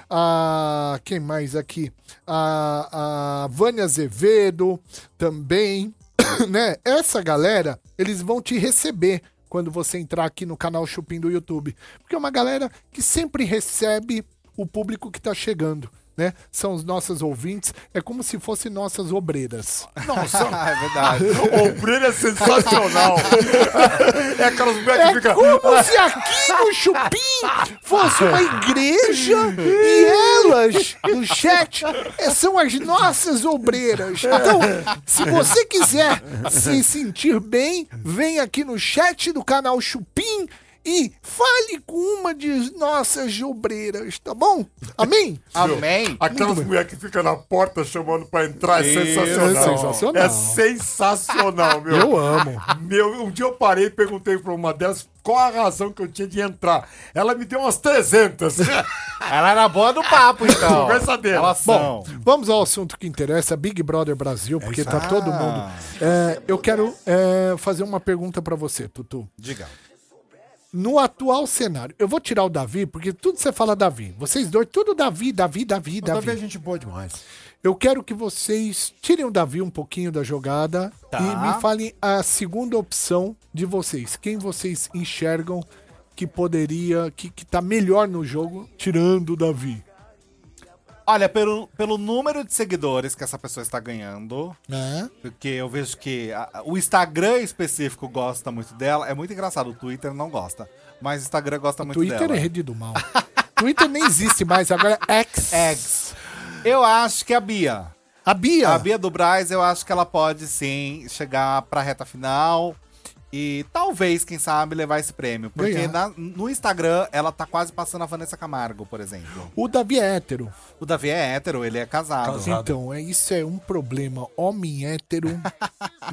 a. Quem mais aqui? A, a Vânia Azevedo também. (coughs) né? Essa galera, eles vão te receber quando você entrar aqui no canal Chupim do YouTube. Porque é uma galera que sempre recebe o público que tá chegando. né? São os nossos ouvintes, é como se fossem nossas obreiras. Nossa, Ah, é verdade. ombreira (laughs) é sensacional. é aquelas mulheres que É ficam... como se aqui no Chupim fosse uma igreja (laughs) e elas, no chat, eh, são as nossas obreiras. Então, se você quiser se sentir bem, vem aqui no chat do canal Chupim e fale com uma de nossas obreiras, tá bom? Amém? Amém. Ah, Aquelas mulheres que ficam na porta chamando pra entrar, é sensacional. É sensacional. É sensacional, meu. Eu amo. Tá. Meu, um dia eu parei e perguntei pra uma delas qual a razão que eu tinha de entrar. Ela me deu umas 300. (laughs) Ela era boa do (laughs) papo, então. Conversa dela. Elas Bom, são. vamos ao assunto que interessa, Big Brother Brasil, porque tá todo mundo. É, eu quero é, fazer uma pergunta pra você, Tutu. Diga. No atual cenário, eu vou tirar o Davi, porque tudo você fala Davi. Vocês dois, tudo Davi, Davi, Davi, Davi. gente é boa demais. Eu quero que vocês tirem o Davi um pouquinho da jogada e me falem a segunda opção de vocês. Quem vocês enxergam que poderia, que, que tá melhor no jogo, tirando o Davi. Olha, pelo, pelo número de seguidores que essa pessoa está ganhando, Né? porque eu vejo que a- a- o Instagram em específico gosta muito dela. É muito engraçado, o Twitter não gosta. Mas o Instagram gosta muito Twitter dela. é rede do mal. (laughs) Twitter nem existe mais, agora é X. Ex. Eu acho que é a Bia. A Bia. A Bia do Braz, eu acho que ela pode sim chegar pra reta final e talvez, quem sabe, levar esse prêmio. Porque Ganhar. na- no Instagram ela tá quase passando a Vanessa Camargo, por exemplo. O Davi é hétero. O Davi é hétero, ele é casado. Então, é, isso é um problema. Homem hétero.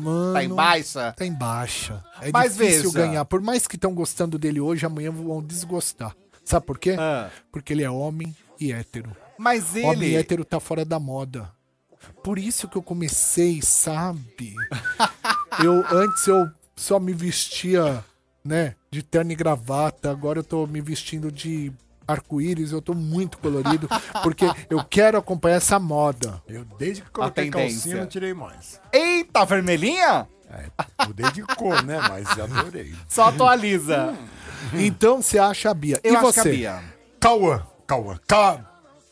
mano. (laughs) Tá em baixa. Tá em baixa. É Mas difícil veja. ganhar. Por mais que estão gostando dele hoje, amanhã vão desgostar. Sabe por quê? Ah. Porque ele é homem e hétero. Mas Homem ele. hétero tá fora da moda. Por isso que eu comecei, (laughs) sabe? eu antes eu só me vestia, né, de terno e gravata. Agora eu tô me vestindo de arco-íris, eu tô muito (laughs) colorido, porque eu quero acompanhar essa moda. Eu desde que coloquei tendência. calcinha não tirei mais. Eita, vermelhinha? É, mudei de cor, né? Mas adorei. Só atualiza. Então você acha a Bia. Hum. Eu e acho você? que a Bia. Cauã, Cauã, Cauã.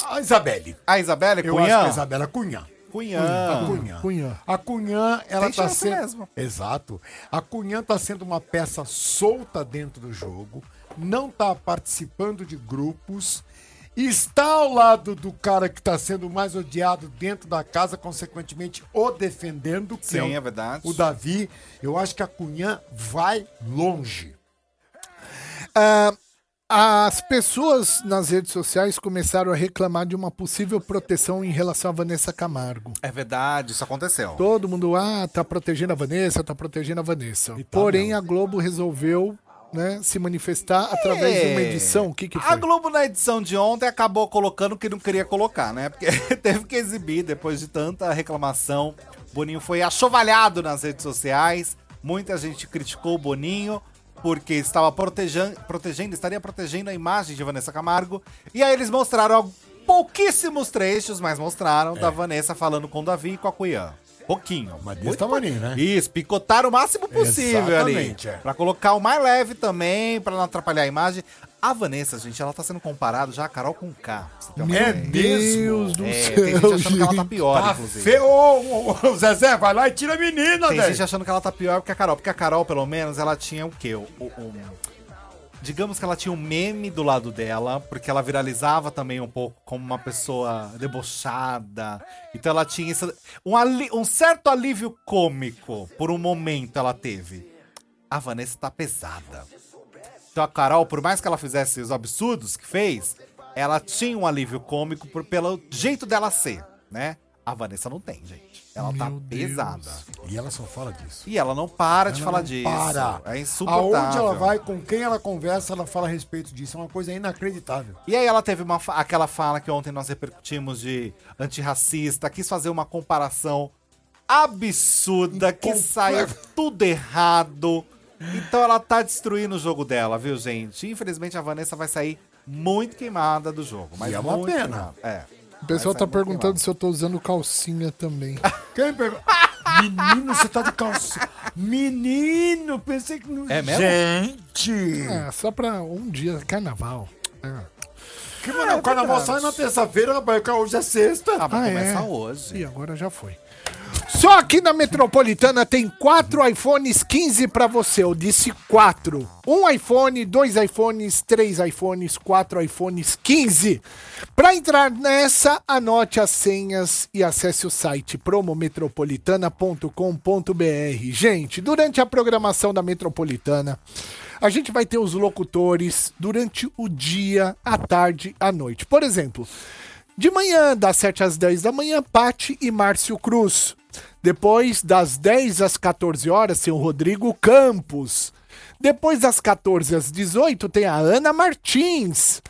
A Isabelle. A Isabelle Eu acho que a Cunhã? Isabela Cunhã. A Cunhã. Cunhã. Cunhã. A Cunhã, ela Tem tá chance sendo. mesmo. Exato. A Cunhã tá sendo uma peça solta dentro do jogo, não tá participando de grupos, está ao lado do cara que tá sendo mais odiado dentro da casa, consequentemente o defendendo, que Sim, o- é verdade. o Davi. Eu acho que a Cunhã vai longe. Ah, As pessoas nas redes sociais começaram a reclamar de uma possível proteção em relação a Vanessa Camargo. É verdade, isso aconteceu. Todo mundo, ah, tá protegendo a Vanessa, tá protegendo a Vanessa. tá Porém, a Globo resolveu, né, se manifestar através de uma edição. O que que É. A foi? Globo, na edição de ontem, acabou colocando o que não queria colocar, né? Porque (laughs) teve que exibir depois de tanta reclamação. Boninho foi achovalhado nas redes sociais. Muita gente criticou o Boninho porque estava protejan- protegendo, estaria protegendo a imagem de Vanessa Camargo. E aí eles mostraram al- pouquíssimos trechos, mas É. mostraram da Vanessa falando com o Davi e com a Cuiã. Pouquinho. Mas desse Muito tamanho, né? isso, picotar o máximo possível Exatamente, é. ali. Pra colocar o mais leve também, pra não atrapalhar a imagem. A Vanessa, gente, ela tá sendo comparada já a Carol com K. pra você ter uma É ideia. Deus do É, céu. tem gente achando que ela tá gente. pior, Tá inclusive. feio, ô, ô, ô, Zezé, vai lá e tira a menina, Tem gente velho. achando que ela tá pior que a Carol, porque a Carol, pelo menos, ela tinha o quê? O, o- um- digamos que ela tinha um meme do lado dela, porque ela viralizava também um pouco como uma pessoa debochada. Então ela tinha esse- um, ali- um certo alívio cômico, por um momento ela teve. A Vanessa tá pesada. Então a Carol, por mais que ela fizesse os absurdos que fez, ela tinha um alívio cômico por, pelo jeito dela ser, né? A Vanessa não tem, gente. Ela tá pesada. E ela só fala disso. E ela não para de Ela falar não disso. Para. É insuportável. Aonde ela vai, com quem ela conversa, ela fala a respeito disso. É uma coisa inacreditável. E aí ela teve uma, fa- aquela fala que ontem nós repercutimos de antirracista, quis fazer uma comparação absurda, que saiu tudo errado. Então ela tá destruindo o jogo dela, viu, gente? Infelizmente a Vanessa vai sair muito queimada do jogo. Mas E é uma muito pena. queimada. É. O pessoal Mas tá é muito perguntando queimado. se eu tô usando calcinha também. Quem pegou? Menino, você tá de calça. Menino, pensei que não. É mesmo? Gente! É, só pra um dia, carnaval. É. Que, mano, o carnaval sai é na terça-feira, rapaz, hoje é sexta. Ah, vai Ah, começar é? hoje. E agora já foi. Só aqui na Metropolitana tem quatro iPhones 15 pra você. Eu disse quatro. Um iPhone, dois iPhones, três iPhones, quatro iPhones 15. Pra entrar nessa, anote as senhas e acesse o site promometropolitana.com.br. Gente, durante a programação da Metropolitana, a gente vai ter os locutores durante o dia, à tarde, à noite. Por exemplo, de manhã, das 7 às 10 da manhã, Pati e Márcio Cruz. Depois, das 10 às 14 horas, tem o Rodrigo Campos. Depois, das 14 às 18, tem a Ana Martins.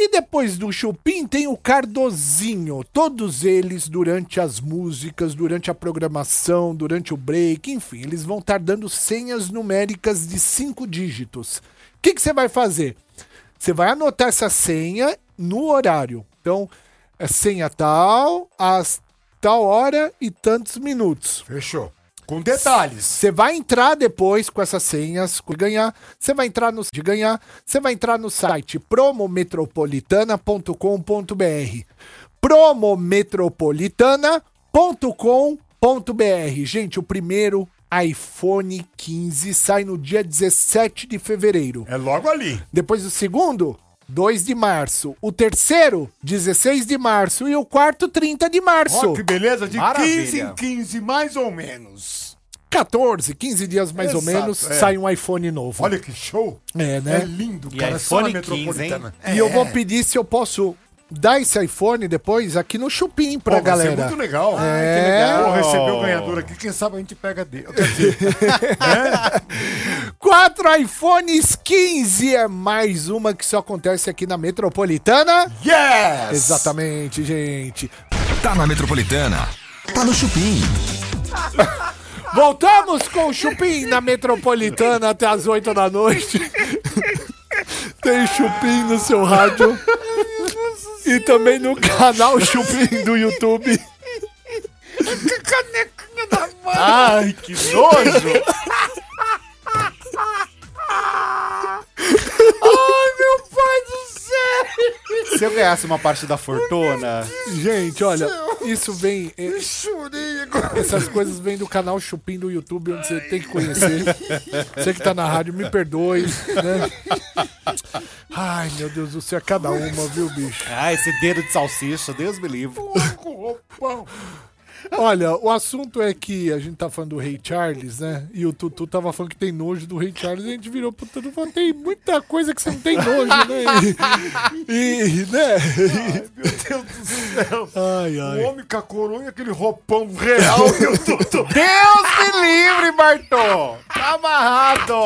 E depois do Chupim tem o Cardozinho. Todos eles durante as músicas, durante a programação, durante o break, enfim, eles vão estar dando senhas numéricas de cinco dígitos. O que que você vai fazer? Você vai anotar essa senha no horário. Então, é senha tal, às tal hora e tantos minutos. Fechou. Com detalhes. Você vai entrar depois com essas senhas, com ganhar. Você vai entrar no de ganhar. Você vai entrar no site promometropolitana.com.br. promometropolitana.com.br. Gente, o primeiro iPhone 15 sai no dia 17 de fevereiro. É logo ali. Depois o segundo, 2 de março. O terceiro, 16 de março. E o quarto, 30 de março. Ó, que beleza, de Maravilha. 15 em 15, mais ou menos. 14, 15 dias mais ou Exato, menos, é. sai um iPhone novo. Olha que show. É, né? É lindo, E cara. Só iPhone na 15, metropolitana. É. E eu vou pedir se eu posso dar esse iPhone depois aqui no Chupim pra Pô, vai ser galera. muito legal. É. Vou receber o ganhador aqui. Quem sabe a gente pega dele. Quer dizer, Quatro iPhones 15 é mais uma que só acontece aqui na Metropolitana. yes! Exatamente, gente. Tá na Metropolitana. Tá no Chupim. Voltamos com o Chupim na Metropolitana até as 8 da noite. Tem Chupim no seu rádio. E também no canal Chupim do YouTube. Ai, que nojo! Se eu ganhasse uma parte da fortuna, Gente, olha, isso vem. é- Chorei agora. Essas coisas vêm do canal Chupim do YouTube, onde você tem que conhecer. Você que tá na rádio, me perdoe. né? Ai, meu Deus do céu, é cada uma, viu, bicho? ah, esse dedo de salsicha, Deus me livre. Olha, o assunto é que a gente tá falando do Rei Charles, né? E o Tutu tava falando que tem nojo do Rei Charles. E a gente virou pro Tutu e falou: tem muita coisa que você não tem nojo, né? E, e, né? Meu Deus do céu. Ai, O ai. homem com a coroa e aquele roupão real. Eu tô, tô... Deus me livre, Bartô! Tá amarrado!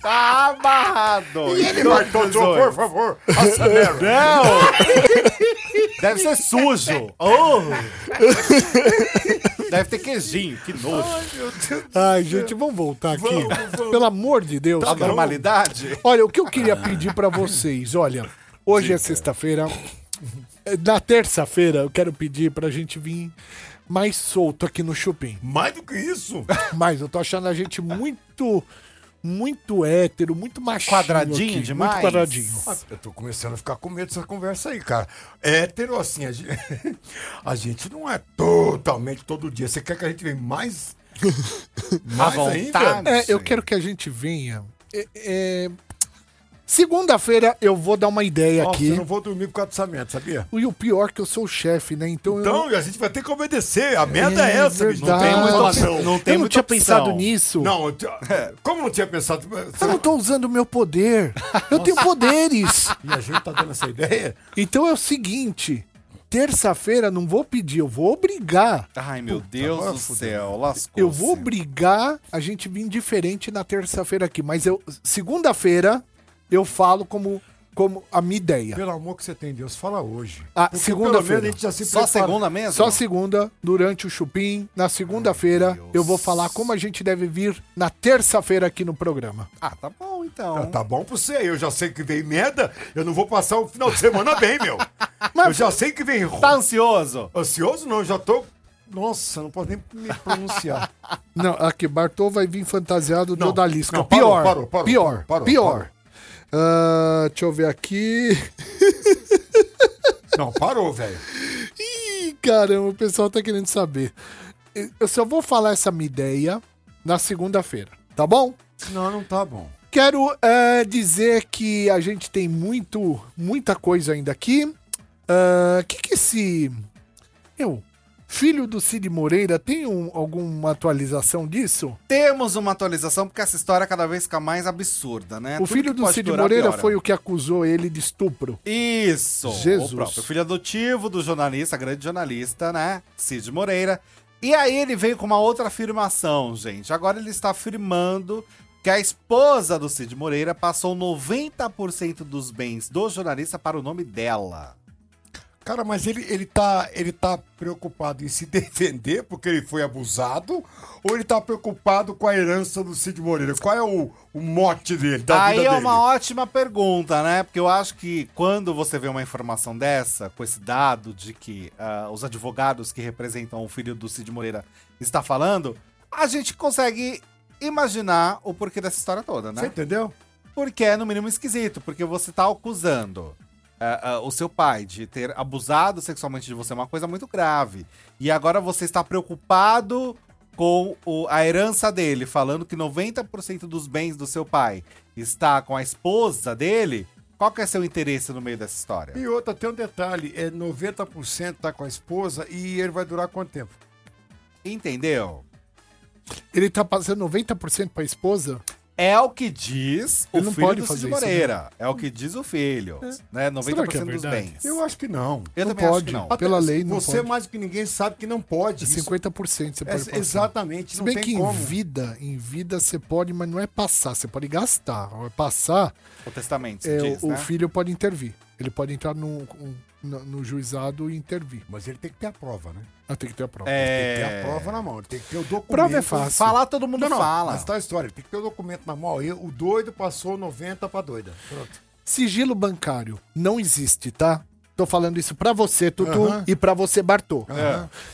Tá amarrado! Então, Bartô, Joe, por favor, acelera. Não! Deve ser sujo! Oh! Deve ter queijinho, que nojo! Ai, gente, vamos voltar aqui. Pelo amor de Deus. A cara. normalidade? Olha, o que eu queria pedir pra vocês, olha, hoje é sexta-feira. Eh, Na terça-feira eu quero pedir pra gente vir mais solto aqui no Chupim. Mais do que isso. Mas eu tô achando a gente muito muito hétero, muito machinho Quadradinho aqui, demais? Muito quadradinho. Mas Eu tô começando a ficar com medo dessa conversa aí, cara. Hétero, assim, a gente, (laughs) a gente não é totalmente todo dia. Você quer que a gente venha mais? mais vontade. É, eu Sim. quero que a gente venha. é, é, Segunda-feira eu vou dar uma ideia Nossa, aqui. eu não vou dormir por causa dessa merda, sabia? E o pior é que eu sou o chefe, né? Então, eu Então, a gente vai ter que obedecer. A merda é, essa, bicho. Não tem verdade. muita opção. Não eu tem não muita tinha pensado opção. nisso. Não, eu te- É. como não tinha pensado. Eu (laughs) não tô usando o meu poder. Eu tenho poderes. E a gente tá dando essa ideia? Então é o seguinte: terça-feira não vou pedir, eu vou obrigar. Ai, meu Deus do céu, lascou Eu vou obrigar a gente vir diferente na terça-feira aqui. Mas eu. Segunda-feira eu falo como, como a minha ideia. Pelo amor que você tem, Deus, fala hoje. Ah, Porque segunda-feira. pelo menos a gente já se Só prepara. segunda mesmo? Só segunda, durante o chupim. Na segunda-feira eu vou falar como a gente deve vir na terça-feira aqui no programa. Ah, tá bom Ah, então. Tá bom pra você, eu já sei que vem merda, eu não vou passar o final de semana bem, (laughs) meu. eu já sei que vem Tá tá. ansioso? ansioso, não, eu já tô. Nossa, não posso nem me (laughs) pronunciar. Não, aqui, Bartô vai vir fantasiado de Não, odalisca. não, parou, pior, parou, parou, pior, parou, pior. parou. Ah, deixa eu ver aqui. Não, parou, velho. Ih, caramba, o pessoal tá querendo saber. Eu só vou falar essa minha ideia na segunda-feira, tá bom? Não, não tá bom. Quero eh, dizer que a gente tem muito, muita coisa ainda aqui. O que que esse... Eu, filho do Cid Moreira, tem um- alguma atualização disso? Temos uma atualização, porque essa história é cada vez fica mais absurda, né? o filho do Cid Moreira foi o que acusou ele de estupro. Isso! Jesus. O próprio filho adotivo do jornalista, grande jornalista, né? Cid Moreira. E aí ele veio com uma outra afirmação, gente. Agora ele está afirmando que a esposa do Cid Moreira passou 90% dos bens do jornalista para o nome dela. Cara, mas ele, ele, tá, ele tá preocupado em se (laughs) defender porque ele foi abusado? Ou ele tá preocupado com a herança do Cid Moreira? Qual é o, o mote dele, da Aí tá vida é dele? uma ótima pergunta, né? Porque eu acho que quando você vê uma informação dessa, com esse dado de que ah, os advogados que representam o filho do Cid Moreira está falando, a gente consegue imaginar o porquê dessa história toda, Você né? entendeu? Porque é no mínimo esquisito, porque você tá acusando ah, ah, o seu pai de ter abusado sexualmente de você, é uma coisa muito grave. E agora você está preocupado com o- a herança dele, falando que 90% dos bens do seu pai está com a esposa dele. Qual que é seu interesse no meio dessa história? E outra, tem um detalhe: é 90% tá com a esposa e ele vai durar quanto tempo? Entendeu? Ele tá passando 90% pra esposa? É o que diz o Ele não filho pode do fazer Cid isso, né? Moreira. É o que diz o filho. Né? 90% que é dos verdade? bens. Eu acho que não. Eu não também acho pode. que não. Pela lei, não Você, pode. mais do que ninguém, sabe que não pode. Isso- 50% você É, pode passar. exatamente, Se não bem tem que como. em vida, em vida você pode, mas não é passar, você pode gastar. Ao Passar, O testamento, se é, diz, o, né? o filho pode intervir. Ele pode entrar no, um- no, no juizado e intervir. Mas ele tem que ter a prova, né? Ah, tem que ter a prova. Tem que ter a É... prova na mão, ele tem que ter o documento. Prova é fácil. Falar todo mundo Não, não, fala. Mas tá a história, ele tem que ter o documento na mão. Eu- o doido passou 90 pra doida. Pronto. Sigilo bancário não existe, tá? Tô falando isso pra você, Tutu, Aham. É. e pra você, Bartô.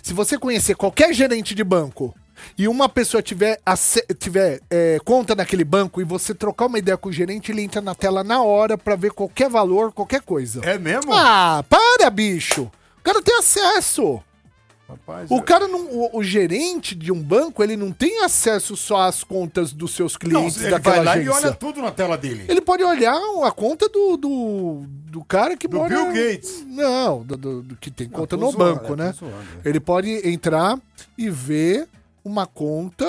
Se você conhecer qualquer gerente de banco e uma pessoa tiver, ace- tiver é, conta naquele banco e você trocar uma ideia com o gerente, ele entra na tela na hora pra ver qualquer valor, qualquer coisa. É mesmo? Ah, para, bicho! O cara tem acesso. Rapaz, é. O cara não. O, o gerente de um banco, ele não tem acesso só às contas dos seus não, clientes ele daquela vai lá agência. e olha tudo na tela dele. Ele pode olhar a conta do, do, do cara que Do mora... Bill Gates. Não, do, do- do que tem conta tô no zoando, banco, é, tô né? zoando, é. Ele pode entrar e ver uma conta,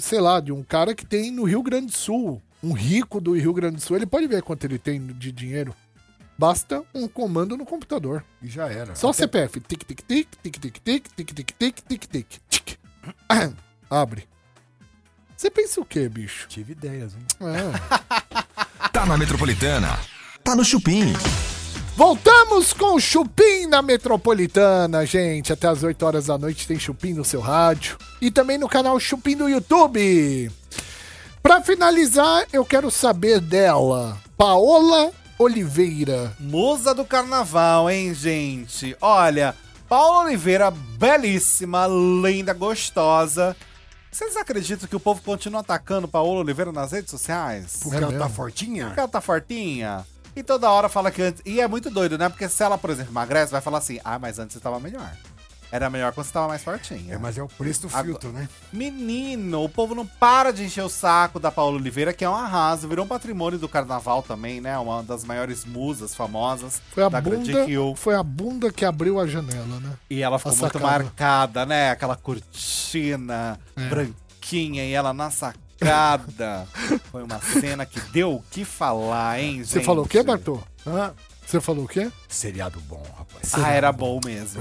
sei lá, de um cara que tem no Rio Grande do Sul. Um rico do Rio Grande do Sul. Ele pode ver quanto ele tem de dinheiro. Basta um comando no computador. E já era. Só o CPF. Tic, tic, tic, tic, tic, tic, tic, tic, tic, tic, tic, tic. Aham. Abre. Você pensa o quê, bicho? Tive ideias, hein? É. Tá na Metropolitana. Tá no Chupim. Voltamos com o Chupim na Metropolitana, gente. Até as 8 horas da noite tem Chupim no seu rádio e também no canal Chupim do YouTube. Pra finalizar, eu quero saber dela, Paola Oliveira. Musa do carnaval, hein, gente? Olha, Paula Oliveira, belíssima, linda, gostosa. Vocês acreditam que o povo continua atacando Paola Oliveira nas redes sociais? Porque É ela mesmo? tá fortinha? Porque ela tá fortinha? E toda hora fala que antes. E é muito doido, né? Porque se ela, por exemplo, emagrece, vai falar assim: ah, mas antes você tava melhor. Era melhor quando você tava mais fortinha. É, mas é o preço do Agora- filtro, né? Menino, o povo não para de encher o saco da Paula Oliveira, que é um arraso, virou um patrimônio do carnaval também, né? Uma das maiores musas famosas Foi a Tá, da Grande bunda, Rio. foi a bunda que abriu a janela, né? E ela ficou A muito sacada. marcada, né? Aquela cortina É. branquinha e ela (laughs) na sacada. Foi uma cena que deu o que falar, hein, gente? Você falou o quê, Bartô? Hã? Você falou o quê? Seriado bom, rapaz. Ah, era bom mesmo.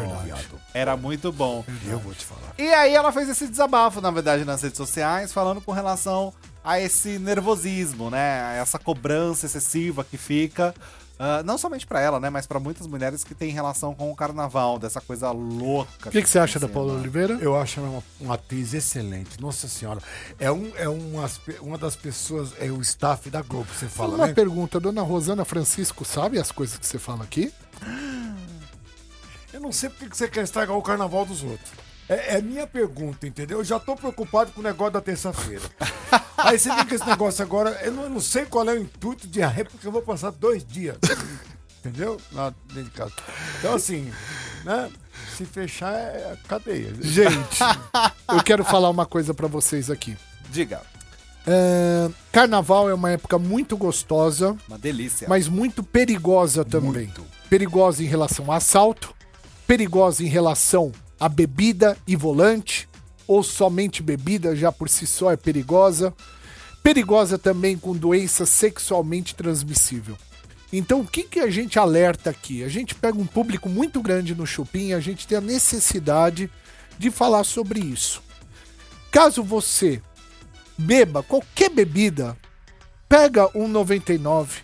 Era muito bom. Eu vou te falar. E aí ela fez esse desabafo, na verdade, nas redes sociais, falando com relação a esse nervosismo, né? A Essa cobrança excessiva que fica. ah, não somente pra ela, né? Mas pra muitas mulheres que tem relação com o carnaval, dessa coisa louca. O que, que você acha da Paola Oliveira? Oliveira? Eu acho ela uma, uma atriz excelente. Nossa senhora. É, um, é um aspe- uma das pessoas, é o staff da Globo, você fala, Uma né? pergunta, dona Rosana Francisco sabe as coisas que você fala aqui? Eu não sei porque que você quer estragar o carnaval dos outros. É, é minha pergunta, entendeu? Eu já tô preocupado com o negócio (laughs) da terça-feira. Aí você vem com esse negócio agora, eu não, eu não sei qual é o intuito de ah, é porque eu vou passar dois dias. entendeu? Lá dentro de casa. Então, assim, né? Se fechar é a cadeia. Gente, eu quero falar uma coisa pra vocês aqui. Diga. Ahn, carnaval é uma época muito gostosa, Uma delícia. mas muito perigosa também. Perigosa em relação a assalto, perigosa em relação a bebida e volante, ou somente bebida já por si só é perigosa. Perigosa também com doença sexualmente transmissível. Então, o que, que a gente alerta aqui? A gente pega um público muito grande no Chupim, a gente tem a necessidade de falar sobre isso. Caso você beba qualquer bebida, pega um 99,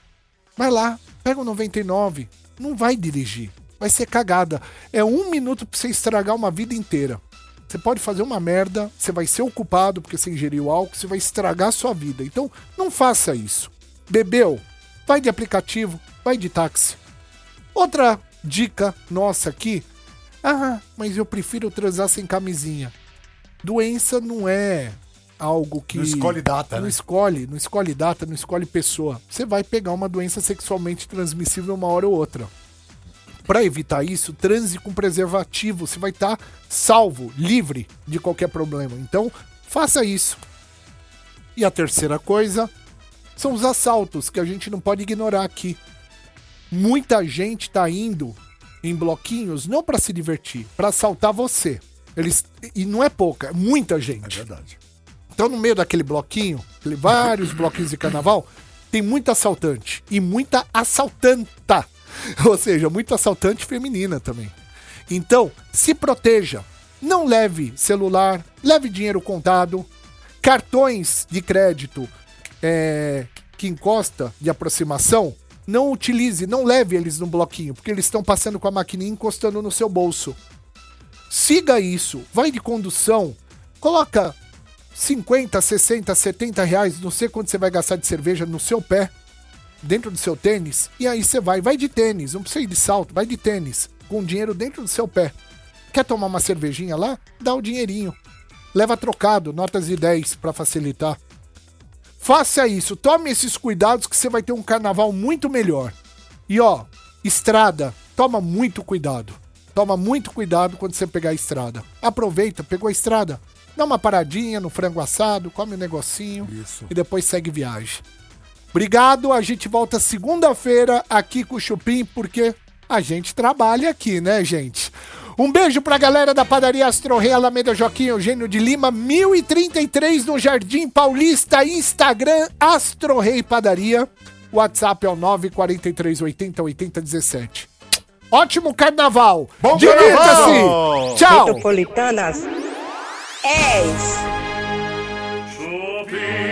vai lá, pega um 99, não vai dirigir, vai ser cagada. É um minuto pra você estragar uma vida inteira. Você pode fazer uma merda, você vai ser o culpado porque você ingeriu álcool, você vai estragar a sua vida. Então, não faça isso. Bebeu, vai de aplicativo, vai de táxi. Outra dica nossa aqui. Ah, mas eu prefiro transar sem camisinha. Doença não é algo que. Não escolhe data, Não né? escolhe, não escolhe data, não escolhe pessoa. Você vai pegar uma doença sexualmente transmissível uma hora ou outra. Pra evitar isso, transe com preservativo. Você vai estar salvo, livre de qualquer problema. Então, faça isso. E a terceira coisa são os assaltos, que a gente não pode ignorar aqui. Muita gente tá indo em bloquinhos não pra se divertir, pra assaltar você. Eles e não é pouca, é muita gente. Verdade. Então, no meio daquele bloquinho, aquele- vários bloquinhos de carnaval, tem muito assaltante e muita assaltanta. (laughs) Ou seja, muito assaltante feminina também. Então, se proteja. Não leve celular, leve dinheiro contado, cartões de crédito é, que encosta de aproximação. Não utilize, não leve eles no bloquinho, porque eles estão passando com a maquininha encostando no seu bolso. Siga isso, vai de condução, coloca 50, 60, 70 reais, não sei quanto você vai gastar de cerveja no seu pé, dentro do seu tênis, e aí você vai, vai de tênis, não precisa ir de salto, vai de tênis, com dinheiro dentro do seu pé. Quer tomar uma cervejinha lá? Dá o dinheirinho. Leva trocado, notas de 10 pra facilitar. Faça isso, tome esses cuidados que você vai ter um carnaval muito melhor. E ó, estrada, toma muito cuidado. Toma muito cuidado quando você pegar a estrada. Aproveita, pegou a estrada, dá uma paradinha no frango assado, come um negocinho Isso. e depois segue viagem. Obrigado, a gente volta segunda-feira aqui com o Chupim, porque a gente trabalha aqui, né, gente? Um beijo pra galera da padaria Astro Rei, Alameda Joaquim Eugênio de Lima, 1033 no Jardim Paulista, Instagram Astro Rei Padaria, WhatsApp é o 943808017. Ótimo carnaval! Bom Divirta-se! Tchau! Metropolitanas. 10. Chupim.